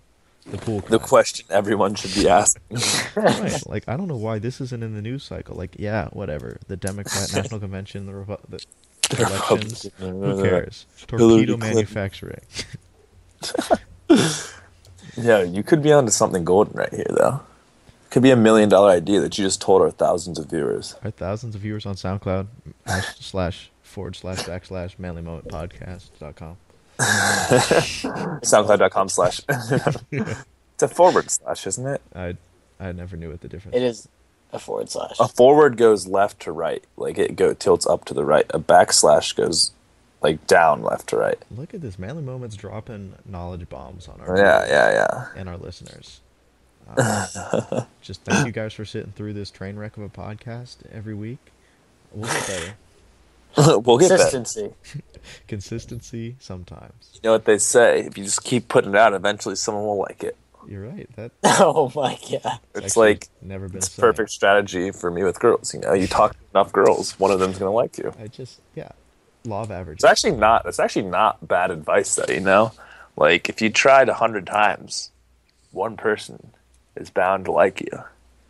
The pool.
The
kind.
question everyone should
[laughs]
be asking.
Right. Like I don't know why this isn't in the news cycle. Like yeah, whatever. The
[laughs]
Democrat National Convention, the, Revo- the elections. Who cares?
Hillary
Torpedo
Clinton.
manufacturing.
Yeah, you could be onto something golden right here, though. Could be a million dollar idea that you just told our thousands of viewers.
Our thousands of viewers on SoundCloud hash- [laughs] slash forward slash backslash manly moment podcast dot com.
SoundCloud.com
[laughs]
slash. [laughs] it's a forward slash, isn't it?
I I never knew what the difference.
It is a forward
Oh,
slash.
A forward goes left to right, like it go tilts up to the right. A backslash goes like down left to right.
Look at this manly moments dropping knowledge bombs on our
Yeah, yeah, yeah.
and our
[laughs]
listeners. Uh, just thank you guys for sitting through this train wreck of a podcast every week. We'll get better.
[laughs] we'll get that. You
Consistency. [laughs]
Consistency sometimes.
know what they say? If you just keep putting it out, eventually someone will like it.
You're right. That
Oh my god.
It's
actually
like
never been
it's
said.
perfect strategy for me with girls. You know, you talk to enough girls, one of them's gonna like you.
I just yeah, law of averages.
It's actually not. It's actually not bad advice, though. You know, like if you tried a hundred times, one person is bound to like you.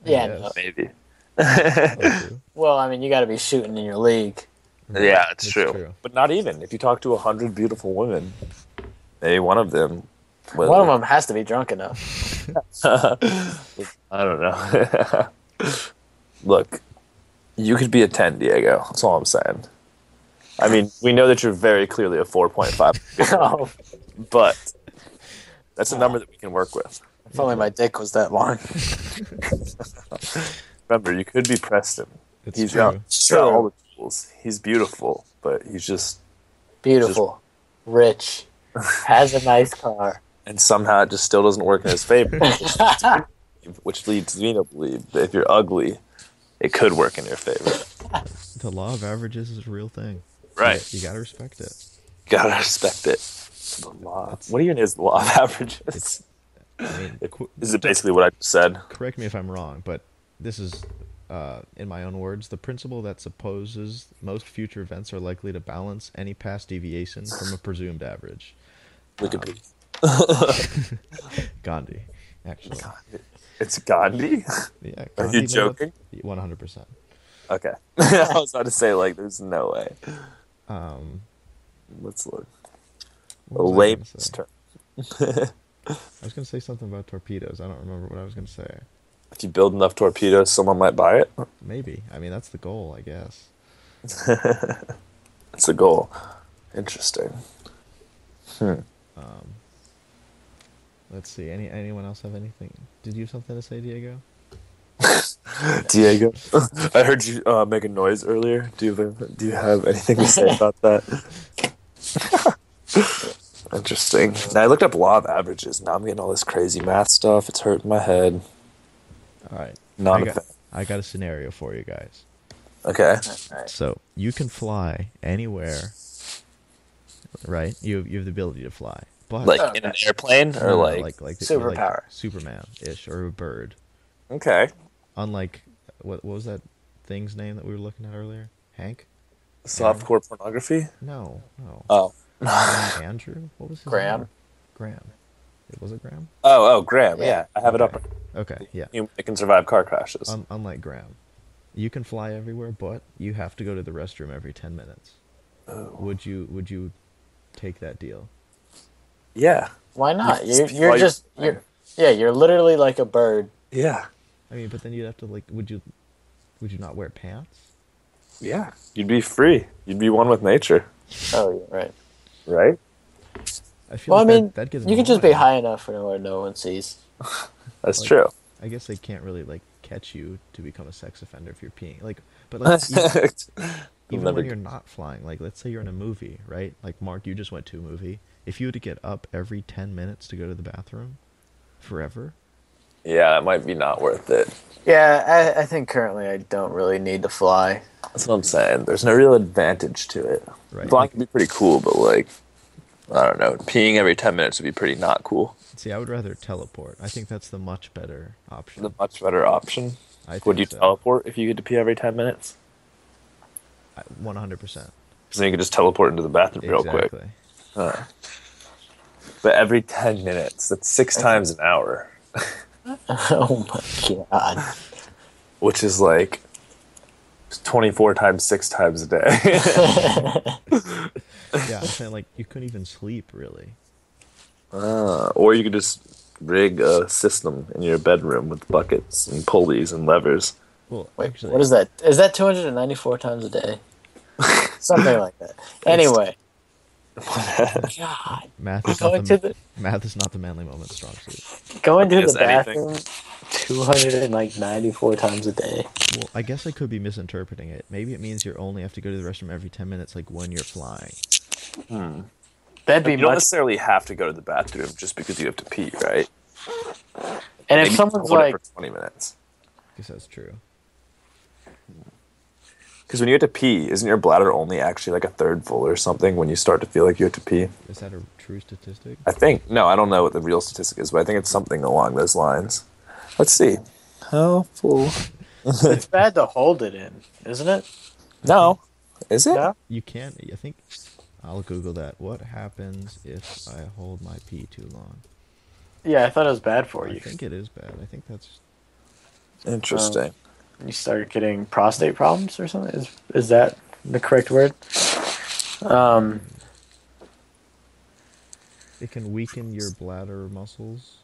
Yeah.
Yes.
no.
Maybe.
That's true.
Well, I mean, you got to be shooting in your league.
Yeah, it's,
It's
true.
true.
But not even if you talk to a hundred beautiful women, maybe one of them. will-
One of them has to be drunk enough.
I don't know. [laughs] Look, you could be a ten, Diego. That's all I'm saying. I mean, we know that you're very clearly a four point [laughs] five,
oh,
but that's a number that we can work with.
if only my dick was
[laughs]
that long.
Remember, you could be Preston.
It's
He's
true.
young. He's got
True.
all the tools. He's beautiful, but he's just
Beautiful,
[laughs]
rich, has a nice car. [laughs]
and somehow it just still doesn't work in his favor. which leads me- which leads me to believe that if you're ugly, it could work in your favor.
The law of averages is a real thing.
Right.
You gotta respect it.
Gotta respect it. The law. What even is the law of averages?
It's- I mean, qu- Uh,
Is it basically what I just said?
correct me if I'm wrong, but this is, uh, in my own words, the principle that supposes most future events are likely to balance any past deviation from a presumed average.
Wikipedia.
Gandhi, actually.
It's Gandhi. [laughs]
Yeah,
Are you
Gandhi made up-
joking?
100%.
Okay. [laughs] I was about to say like, there's no way.
Um,
Let's look.
what
A
was I gonna
layman's
say?
term.
I was going to say something about torpedoes. I don't remember what I was going to say.
If you build enough torpedoes, someone might buy it.
Maybe. I mean, that's the goal, I guess.
That's a goal. Interesting.
Let's see. Any Anyone else have anything? Did you have something to say, Diego?
Diego, [laughs] I heard you uh, make a noise earlier. Do you have, do you have anything to say about that? [laughs] Interesting. Now I looked up law of averages. Now I'm getting all this crazy math stuff. It's hurting my head.
All right.
Not
I
a
got-
fan.
I got a scenario for you guys.
Okay.
All right.
So you can fly anywhere, right? You you have the ability to fly, but
Like
No,
in an airplane or
no,
like,
like like
Superpower.
Superman ish, or a bird.
okay.
Unlike what what was that thing's name that we were looking at earlier? Hank?
Softcore pornography?
No, no.
Oh.
Andrew? What was his
Graham.
name? Graham. It was it Graham?
Oh, oh, Graham. Yeah, I have it up.
Okay, yeah.
You- It can survive car crashes.
Un- unlike Graham, you can fly everywhere, but you have to go to the restroom every ten minutes.
Oh.
Would you would you take that deal?
yeah.
Why not?
You-
You're,
while
you're
you're
just you're, yeah. You're literally like a bird.
Yeah.
I mean, but then you'd have to like, would you, would you not wear pants?
Yeah. You'd be free. You'd be one with nature,
Oh, yeah, right.
right?
I feel
Well, I
like that-
mean,
that, gives
you
them
could just be
away.
high enough for where no one sees.
That's
Like-
true.
I guess they can't really like catch you to become a sex offender if you're peeing. Like, but
[laughs]
like even,
[laughs]
even
Never-
when you're not flying, like let's say you're in a movie, right? Like Mark, you just went to a movie. If you had to get up every ten minutes to go to the bathroom, forever,
Yeah, that might be not worth it.
Yeah, I, I think currently I don't really need to fly. [laughs]
That's what I'm saying. There's no real advantage to it.
Right.
Flying would be pretty cool, but like, I don't know. Peeing every 10 minutes would be pretty not cool.
see, I would rather teleport. I think that's the much better option.
The much better option.
I think
Would you
so.
teleport if you get to pee every 10 minutes?
One hundred percent.
Because then you could just teleport into the bathroom real
Exactly.
quick. But every 10 minutes, that's six times an hour,
oh my god.
which is like 24 times six times a day. [laughs]
yeah, I'm saying like you couldn't even sleep really.
or you could just rig a system in your bedroom with buckets and pulleys and levers.
Well,
Wait,
actually,
what is that? Is that 294 times a day? Something like that. Anyway. God.
Math is,
Going
not the,
to
[laughs] math is not the manly moment strong suit.
Going to
Is
the
anything-
bathroom 294 times a day.
Well, I guess I could be misinterpreting it. Maybe it means you only have to go to the restroom every 10 minutes, like when you're flying.
That'd be
You don't
much.
necessarily have to go to the bathroom just because you have to pee, right?
and
Maybe
if
you
someone's
hold it
like,
for twenty minutes,
guess that's true.
because when you have to pee, isn't your bladder only actually like a third full or something when you start to feel like you have to pee?
Is that a true statistic?
I think no, I don't know what the real statistic is, but I think it's something along those lines. Let's see. How full?
it's bad to hold it in, isn't it?
No, is it?
Yeah.
You can't. I think I'll Google that. What happens if I hold my pee too long?
Yeah, I thought it was bad for
I
you.
think it is bad. I think that's.
Interesting.
You start getting prostate problems or something. Is is that the correct word? Um,
It can weaken your bladder muscles.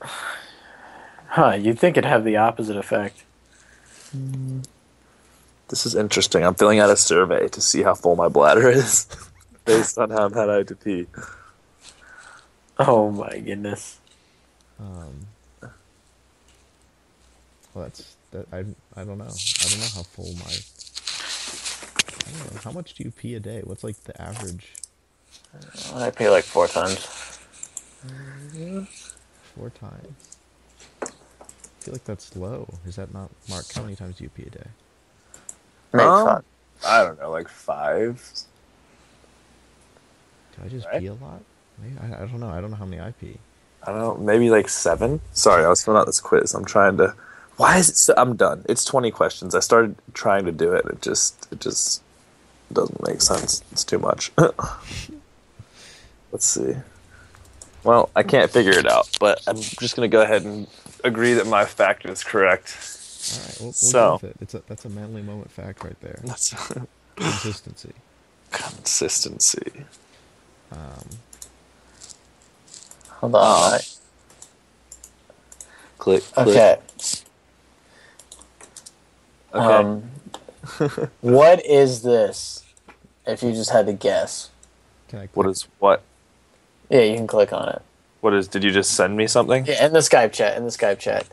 huh? You'd think it'd have the opposite effect.
This is interesting. I'm filling out a survey to see how full my bladder [laughs] is based on how bad I have to pee.
Oh my goodness.
Um, well, that's that. I I don't know. I don't know how full my. I don't know. How much do you pee a day? What's like the average?
I pee like four times.
Four times. I feel like that's low. Is that not Mark? How many times do you pee a day?
Maybe
Um,
five.
I don't know, like five.
Do I just
Right.
pee a lot? Maybe, I, I don't know. I don't know how many I pee.
I don't know, maybe like seven. Sorry, I was filling out this quiz. I'm trying to. Why is it? So, I'm done. It's 20 questions. I started trying to do it. It just, it just doesn't make sense. It's too much. [laughs] Let's see. Well, I can't figure it out, but I'm just gonna go ahead and agree that my fact is correct. [laughs]
All right, we'll, we'll
So-
go with it. It's a, that's a manly moment fact right
[coughs]
there.
That's
Consistency.
consistency.
Hold on.
Oh.
I-
Click. click.
Okay.
Okay.
Um, [laughs] what is this? If you just had to guess,
Can I? Click?
what is what?
yeah, you can click on it.
What is? Did you just send me something?
Yeah, in the Skype chat. In the Skype chat.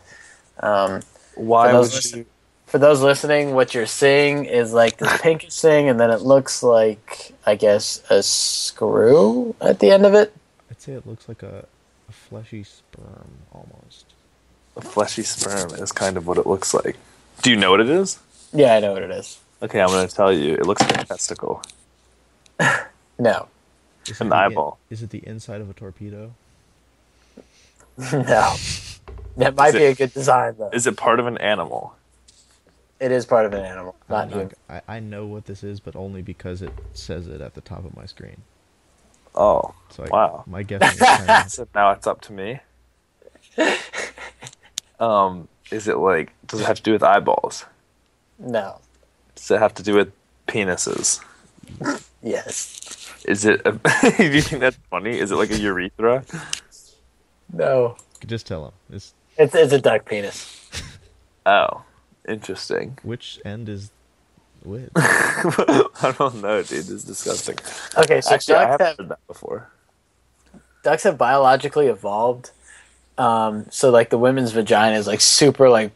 Um,
Why
For those
would
listen-
you?
for those listening, what you're seeing is like this pinkish thing, and then it looks like, I guess, a screw at the end of it.
I'd say it looks like a, a fleshy sperm almost.
A fleshy sperm is kind of what it looks like. Do you know what it is?
Yeah, I know what it is.
Okay, I'm gonna tell you. It looks like a testicle.
No, [laughs]
Is
An
it the in-
eyeball.
is it the inside of a torpedo?
no. That might
Is it-
be a good design, though.
Is it part of an animal?
It is part of an animal,
I'm
not
Uh-huh.
human.
I, I know what this is, but only because it says it at the top of my screen.
Oh,
So I,
wow.
my guess is kind
[laughs]
of,
So now it's up to [laughs] me. um, is it like? Does it have to do with eyeballs?
No.
Does it have to do with penises?
Yes.
Is it? A, [laughs] do you think that's funny? Is it like a urethra?
No.
just tell him. It's,
It's it's a duck penis.
Oh, interesting. [laughs]
which end is which?
I don't know, dude. It's disgusting.
Okay, so
Actually, I
ducks
have
have
heard that before.
ducks have biologically evolved. Um, so like the women's vagina is like super like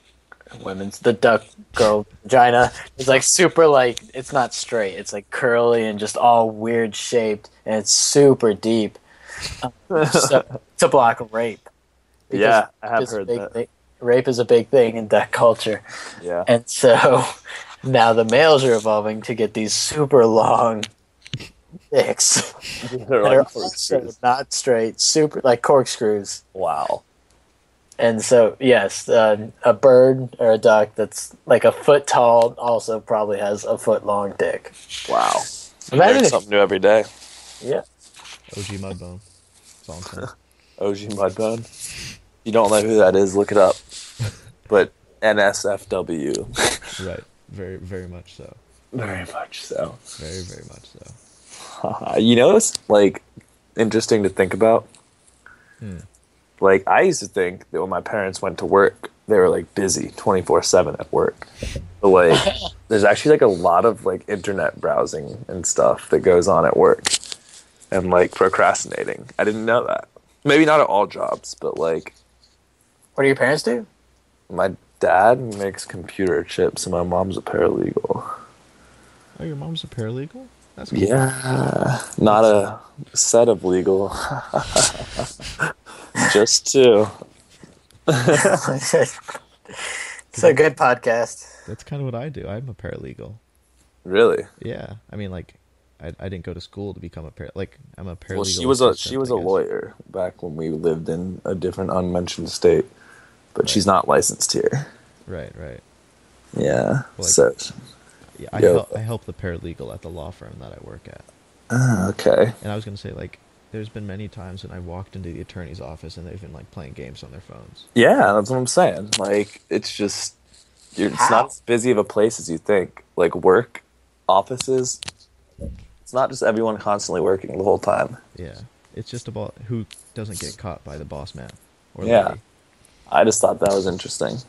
women's the duck girl vagina is like super like it's not straight. It's like curly and just all weird shaped and it's super deep. Um,
[laughs]
so, to block rape. Because-
yeah, I have
because
heard
big
that.
thi- rape is a big thing in duck culture.
Yeah.
And so [laughs] now the males are evolving to get these super long dicks
They're
that are
like
also
corkscrews.
not straight, super like corkscrews.
Wow.
And so, yes, uh, a bird or a duck that's like a foot tall also probably has a foot long dick.
Wow.
Imagine
Learn
if-
something new every day.
Yeah,
OG Mudbone. That's all I'm saying.
OG Mudbone. If You don't know who that is, look it [laughs] up. But NSFW.
Right. Very, very much so.
Very much so.
Very, very much so.
Uh, you know, it's like interesting to think about. Hmm. Like, I used to think that when my parents went to work, they were like busy 24 7 at work. But [laughs] like, there's actually like a lot of like internet browsing and stuff that goes on at work and like procrastinating. I didn't know that. Maybe not at all jobs, but like,
What do your parents do? [laughs]
My dad makes computer chips, and my mom's a paralegal.
Oh, your mom's a paralegal? That's cool.
Yeah, not a set of legal. [laughs] Just two.
it's a good podcast.
That's kind of what I do. I'm a paralegal.
Really?
Yeah, I mean, like, I, I didn't go to school to become a par. Like, I'm a paralegal.
Well, she was a
assistant,
she was
I
a
guess.
lawyer back when we lived in a different unmentioned state, but she's not licensed here.
Right, right.
Yeah.
Like-
so
Yeah, I,
Yeah.
help, I help the paralegal at the law firm that I work at.
ah, okay.
And I was gonna say, like, there's been many times when I walked into the attorney's office and they've been like playing games on their phones.
Yeah, that's what I'm saying. Like, it's just you're, it's
How?
not as busy of a place as you think. Like work, offices. It's not just everyone constantly working the whole time.
Yeah, it's just about who doesn't get caught by the boss man. Or
Yeah.
lady.
I just thought that was interesting.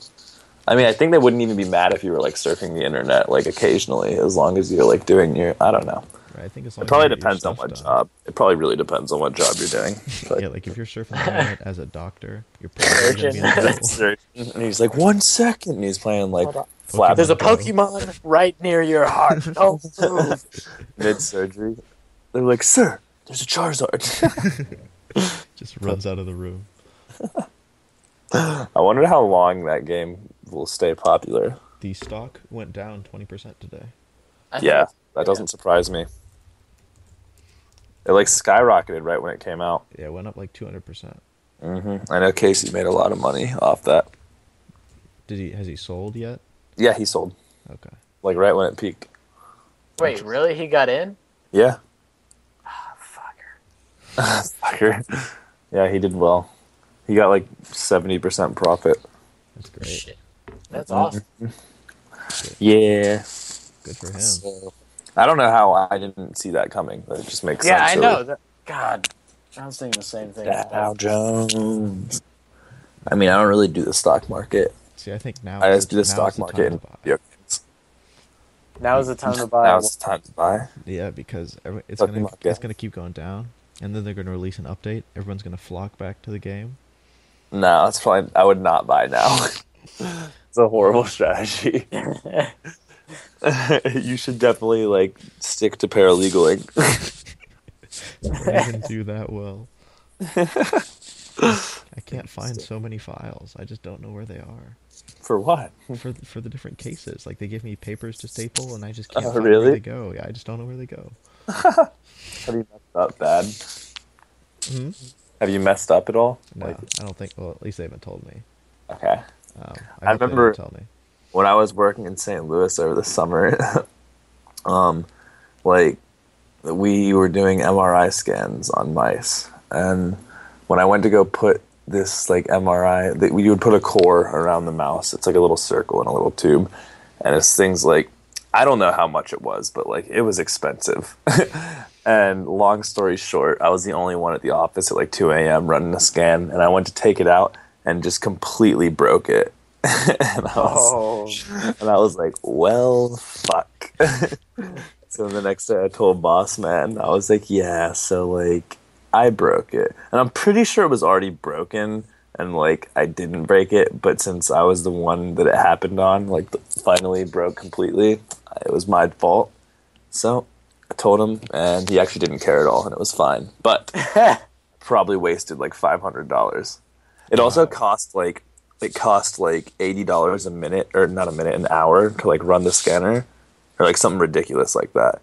I mean, I think they wouldn't even be mad if you were like surfing the internet like occasionally, as long as you're like doing your. I don't know.
Right, I think it's
It probably depends on what job. It probably really depends on what job you're
[laughs]
doing. But
Yeah, like if you're surfing
[laughs]
the internet as a doctor, you're probably gonna be in
Surgeon.
trouble.
and he's like one second, and he's playing like
Hold on.
flap
There's a
Go.
Pokemon right near your heart. [laughs] Oh, Don't move.
mid surgery. They're like, sir, there's a Charizard. [laughs]
Just runs out of the room.
I wonder how long that game will stay popular.
The stock went down twenty percent today.
I think
Yeah, that doesn't surprise me. It like skyrocketed right when it came out.
Yeah, it went up like two hundred percent.
I know Casey made a lot of money off that.
Did he? Has he sold yet?
Yeah, he sold
Okay.
like right when it peaked.
Wait, really? He got in?
Yeah,
Ah, Fucker.
[laughs] fucker. yeah, he did well. He got like seventy percent profit.
That's great.
Shit. That's awesome.
Yeah.
Good for him.
So, I don't know how I didn't see that coming. That just makes
Yeah, I
sense.
know. That, God, I was thinking the same thing.
Dow Jones. I mean, I don't really do the stock market.
See, I think now
I
is-
just do the
Oh, now is
stock
time
market.
to
and
buy.
video games.
Now's the
[laughs]
time to buy.
Now's the time to buy.
Yeah, because every, it's
Fucking
gonna
luck, yeah.
it's gonna keep going down, and then they're gonna release an update. Everyone's gonna flock back to the game.
No, that's probably. I would not buy now. [laughs] it's a
[laughs]
horrible strategy. [laughs] you should definitely like stick to paralegaling.
I can do that well. I
[laughs]
can't find so many files. I just don't know where they are
[laughs] For what?
for for the different cases. Like they give me papers to staple, and I just can't
Oh,
find
really?
where they go. Yeah, I just don't know where they go.
Have you messed up bad? Have you messed up at all?
Hmm? No,
Like,
I don't think. Well, at least they haven't told me.
okay.
Um, I, hope
I
they
remember-
don't tell me.
when I was working in St. Louis over the summer, [laughs] um, like we were doing MRI scans on mice, and when I went to go put this like MRI, that you would put a core around the mouse. It's like a little circle in a little tube, and it's things like I don't know how much it was, but like it was expensive. [laughs] and long story short, I was the only one at the office at like 2 a.m. running a scan, and I went to take it out and just completely broke it. [laughs] and I was,
Oh,
and I was like, well, fuck. [laughs] so the next day I told boss man, I was like, yeah, so like I broke it. And I'm pretty sure it was already broken and like I didn't break it, but since I was the one that it happened on, like finally broke completely, it was my fault. So I told him and he actually didn't care at all and it was fine.
[laughs]
But probably wasted like five hundred dollars. It also cost like it cost like eighty dollars a minute or not a minute, an hour to like run the scanner or like something ridiculous like that.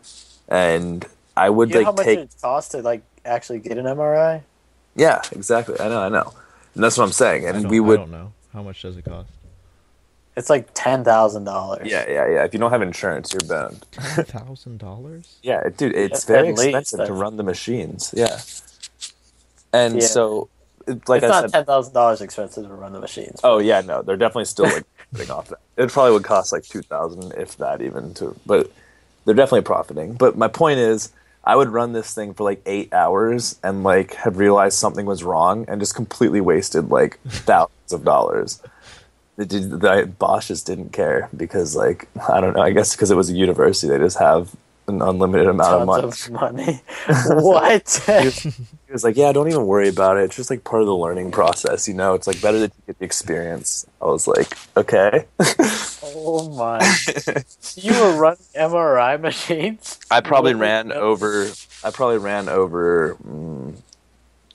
And I would
you know how
like
much
take
it costs to like actually get an MRI?
yeah exactly. I know, I know, and that's what I'm saying.
I
And
don't,
we
I
would
don't know how much does it cost.
It's like ten thousand dollars.
yeah yeah yeah. If you don't have insurance, you're boned.
Thousand dollars.
Yeah, it- dude, it's
At-
very
at least,
expensive to
I-
run the machines. Yeah, and
Yeah.
so it- like
It's
I
not
said,
ten thousand dollars expensive to run the machines.
Oh yeah, no, they're definitely still
[laughs]
like putting off that. It probably would cost like two thousand, if that even. To but they're definitely profiting. But my point is, I would run this thing for like eight hours and like had realized something was wrong and just completely wasted
[laughs]
like thousands of dollars. The, the, the Bosch just didn't care because like I don't know. I guess because it was a university, they just have an unlimited amount of
Tons
money.
of
[laughs]
money. what?
He was like, "Yeah, don't even worry about it. It's just like part of the learning process, you know. It's like better to get the experience." I was like, "Okay."
[laughs] oh my!
[laughs]
you were running MRI machines.
I probably
Holy
ran
cow.
over. I probably ran over mm,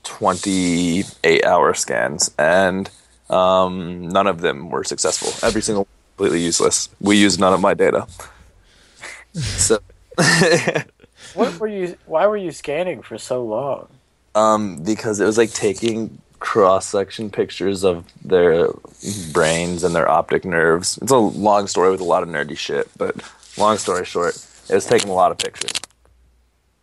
twenty-eight hour scans, and um, none of them were successful. Every single completely useless. We used none of my data. [laughs] So,
What were you? Why were you scanning for so long?
um, because it was like taking cross-section pictures of their brains and their optic nerves. It's a long story with a lot of nerdy shit, but long story short, it was taking a lot of pictures.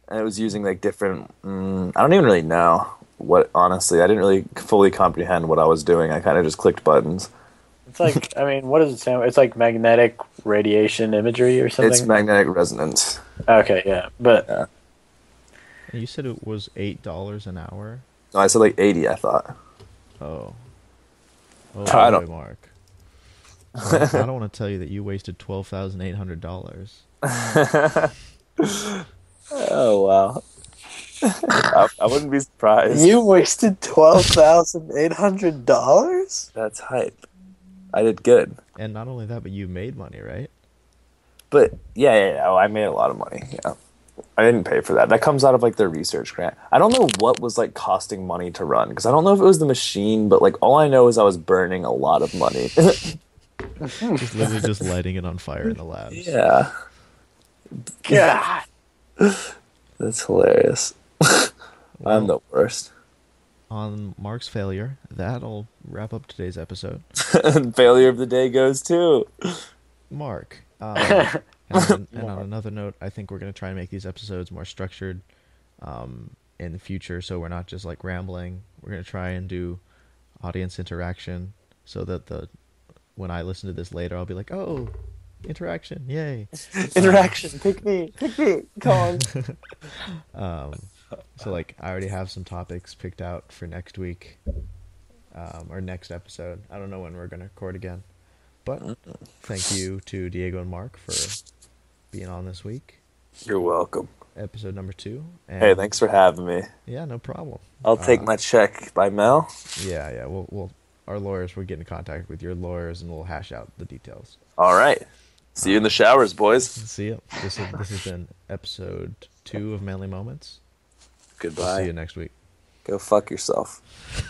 and it was using like different. Mm, I don't even really know what. Honestly, I didn't really fully comprehend what I was doing. I kind of just clicked buttons. [laughs]
It's like I mean, what does it sound? It's like magnetic radiation imagery or something.
It's magnetic resonance.
okay, yeah, but
Yeah.
And you said it was eight dollars an hour.
No, I said like eighty. I thought. [laughs]
Oh. Oh, boy,
I don't-
Mark. I don't- I don't want to tell you that you wasted twelve thousand eight hundred dollars.
Oh wow. I, I wouldn't be surprised.
you wasted twelve thousand eight hundred dollars.
That's hype. I did good.
And not only that, but you made money, right?
But yeah, yeah, yeah. Oh, I made a lot of money. Yeah. I didn't pay for that. That comes out of like their research grant. I don't know what was like costing money to run because I don't know if it was the machine, but like all I know is I was burning a lot of money. [laughs]
Just literally just lighting it on fire in the labs.
yeah,
God,
that's hilarious. [laughs] I'm the worst.
On Mark's failure, that'll wrap up today's episode.
[laughs] Failure of the day goes to
[laughs]
Mark. Uh, and, on, and on another note, I think we're going to try and make these episodes more structured um, in the future so we're not just like rambling. We're going to try and do audience interaction so that the when I listen to this later, I'll be like, oh, interaction, yay.
[laughs] interaction. Pick me, pick me. Come on.
[laughs] Um, So, like, I already have some topics picked out for next week um, or next episode. I don't know when we're going to record again.
Uh-huh.
But thank you to Diego and Mark for being on this week.
You're welcome.
episode number two. And
Hey, thanks for having me.
Yeah, no problem.
I'll take my check by mail.
Yeah, yeah. We'll, we'll our lawyers will get in contact with your lawyers and we'll hash out the details.
All right. See you in the showers, boys.
See you. This is, this has been episode two of Manly Moments. We'll
Goodbye.
see you next week.
Go fuck yourself.